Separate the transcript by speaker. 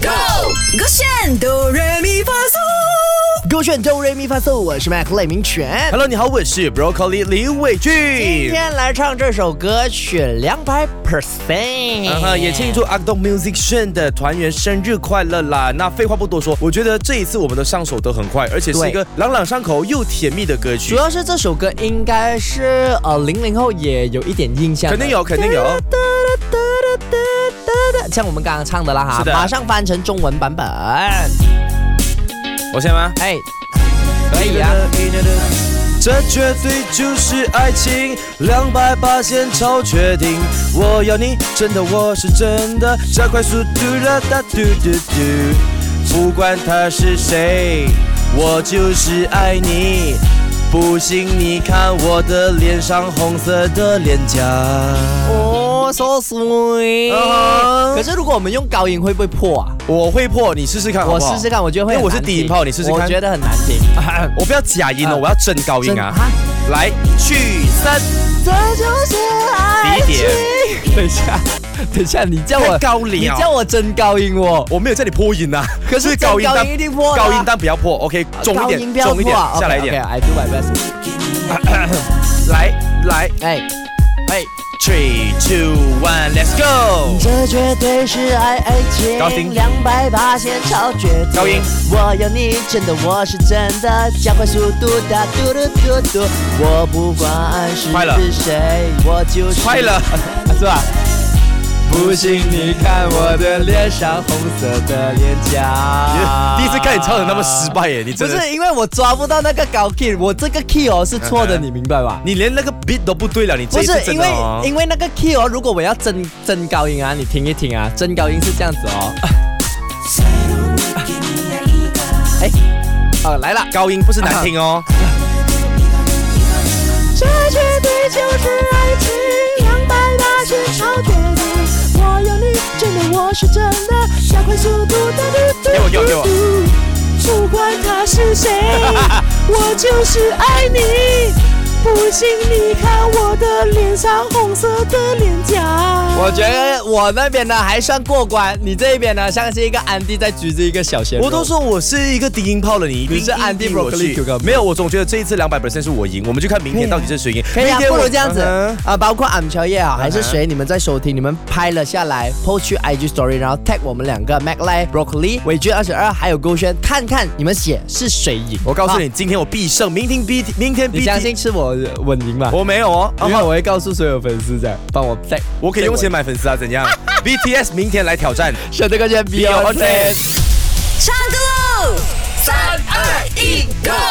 Speaker 1: Go，勾选哆来咪发嗦，
Speaker 2: 勾选哆瑞咪发嗦，我是 Mac 赖明全。
Speaker 3: Hello，你好，我是 Broccoli 李伟
Speaker 2: 今
Speaker 3: 俊。
Speaker 2: 天来唱这首歌曲《两百 percent
Speaker 3: 嗯》，哼，也庆祝 a c t o Music Shen 的团员生日快乐啦！那废话不多说，我觉得这一次我们的上手都很快，而且是
Speaker 2: 对
Speaker 3: 一个朗朗上口又甜蜜的歌曲
Speaker 2: 主，要是这首歌应该是呃零零后也有一点印象的，
Speaker 3: 肯定有，肯定有。
Speaker 2: 像我们刚刚唱的啦哈，
Speaker 3: 是的
Speaker 2: 马上翻成中文版本。
Speaker 3: 我先吗？
Speaker 2: 哎，可以啊，
Speaker 3: 这绝对就是爱情，两百八线超确定。我要你，真的我是真的，加快速度啦哒嘟嘟嘟。不管他是谁，我就是爱你。不信你看我的脸上红色的脸颊。
Speaker 2: 哦，so sweet。
Speaker 3: 啊
Speaker 2: 可是如果我们用高音会不会破啊？
Speaker 3: 我会破，你试试看好
Speaker 2: 我
Speaker 3: 不好？
Speaker 2: 试试看，我觉得会
Speaker 3: 因
Speaker 2: 很
Speaker 3: 为我是
Speaker 2: 难
Speaker 3: 低音
Speaker 2: 听
Speaker 3: 炮，你试试
Speaker 2: 我
Speaker 3: 看。
Speaker 2: 觉得很难听。
Speaker 3: 我不要假音哦，
Speaker 2: 啊
Speaker 3: 我要真高音啊
Speaker 2: 真！啊
Speaker 3: 来，去三，
Speaker 2: 这就是爱
Speaker 3: 低一点
Speaker 2: 情。等一下，等一下，你叫我
Speaker 3: 太高了
Speaker 2: 你叫我真高音哦。
Speaker 3: 我没有叫你破音呐、啊，
Speaker 2: 可是
Speaker 3: 高音
Speaker 2: 真高
Speaker 3: 但
Speaker 2: 音一定破的啊
Speaker 3: 高音但不要破，OK，重一
Speaker 2: 高
Speaker 3: 点
Speaker 2: 音，不要
Speaker 3: 重一点，
Speaker 2: 破啊
Speaker 3: 下来一点，
Speaker 2: OK，OK，I do my best。
Speaker 3: 来来
Speaker 2: 哎，
Speaker 3: 哎，three two one，let's go，
Speaker 2: 这绝对是爱爱
Speaker 3: 高
Speaker 2: 情，
Speaker 3: 音
Speaker 2: 两百八线超绝对。
Speaker 3: 高音，
Speaker 2: 我有你，真的我是真的，加快速度哒嘟嘟嘟嘟，我不管是
Speaker 3: 快了
Speaker 2: 是谁，我就是
Speaker 3: 快 了，
Speaker 2: 是吧？不信你看我的脸上红色的脸颊
Speaker 3: 第一次看你唱的那么失。 败耶，你
Speaker 2: 啊不
Speaker 3: 真的，
Speaker 2: 是因为我抓不到那个高 key，我这个 key 哦是错的，你明白吧？
Speaker 3: 你连那个 beat 都不对了， 你这
Speaker 2: 不
Speaker 3: 一
Speaker 2: 是
Speaker 3: 次真
Speaker 2: 因
Speaker 3: 的
Speaker 2: 为
Speaker 3: 哦。
Speaker 2: 因为那个 key 哦，如果我要真真高音啊，你听一听啊，真高音是这样子 哦。哎，哦来了，
Speaker 3: 高音不是难听哦，
Speaker 4: 这绝对就是爱情，两百八千超绝对。我有你，真的我是真的，加快速度的嘟嘟
Speaker 3: 给我给我给我
Speaker 4: 嘟嘟，不管他是谁，我就是爱你。不信你看我的脸上红色的脸颊。
Speaker 2: 我觉得我那边呢还算过关，你这边呢像是一个安迪在举着一个小鲜肉。
Speaker 3: 我都说我是一个低音炮了，你一定
Speaker 2: 你是
Speaker 3: 硬
Speaker 2: Andy
Speaker 3: 逼我
Speaker 2: Broccoli
Speaker 3: 去
Speaker 2: cucumber
Speaker 3: 没有，我总觉得这一次两百 percent 是我赢，我们就看明天到底是谁赢。
Speaker 2: 可以啊，
Speaker 3: 明天
Speaker 2: 不
Speaker 3: 我
Speaker 2: 如这样子
Speaker 3: 嗯哼嗯
Speaker 2: 啊，包括俺们乔叶啊，还是谁，你们在收听，你们拍了下来，po 去 IG Story，然后 tag 我们两个 Mac l i Broccoli、伟俊二十二，还有勾轩，看看你们写是谁赢。
Speaker 3: 我告诉你，
Speaker 2: 啊，
Speaker 3: 今天我必胜，明天必，明天必
Speaker 2: 你相信是我稳赢吧？
Speaker 3: 我没有哦，
Speaker 2: 因
Speaker 3: 啊
Speaker 2: 为我会告诉所有粉丝这样，帮我 tag，
Speaker 3: 我可以用钱买粉丝啊，怎样？BTS 明天来挑战。
Speaker 2: 选这个圈 B
Speaker 3: 有
Speaker 2: O Z。
Speaker 1: 唱歌喽！三二一，Go！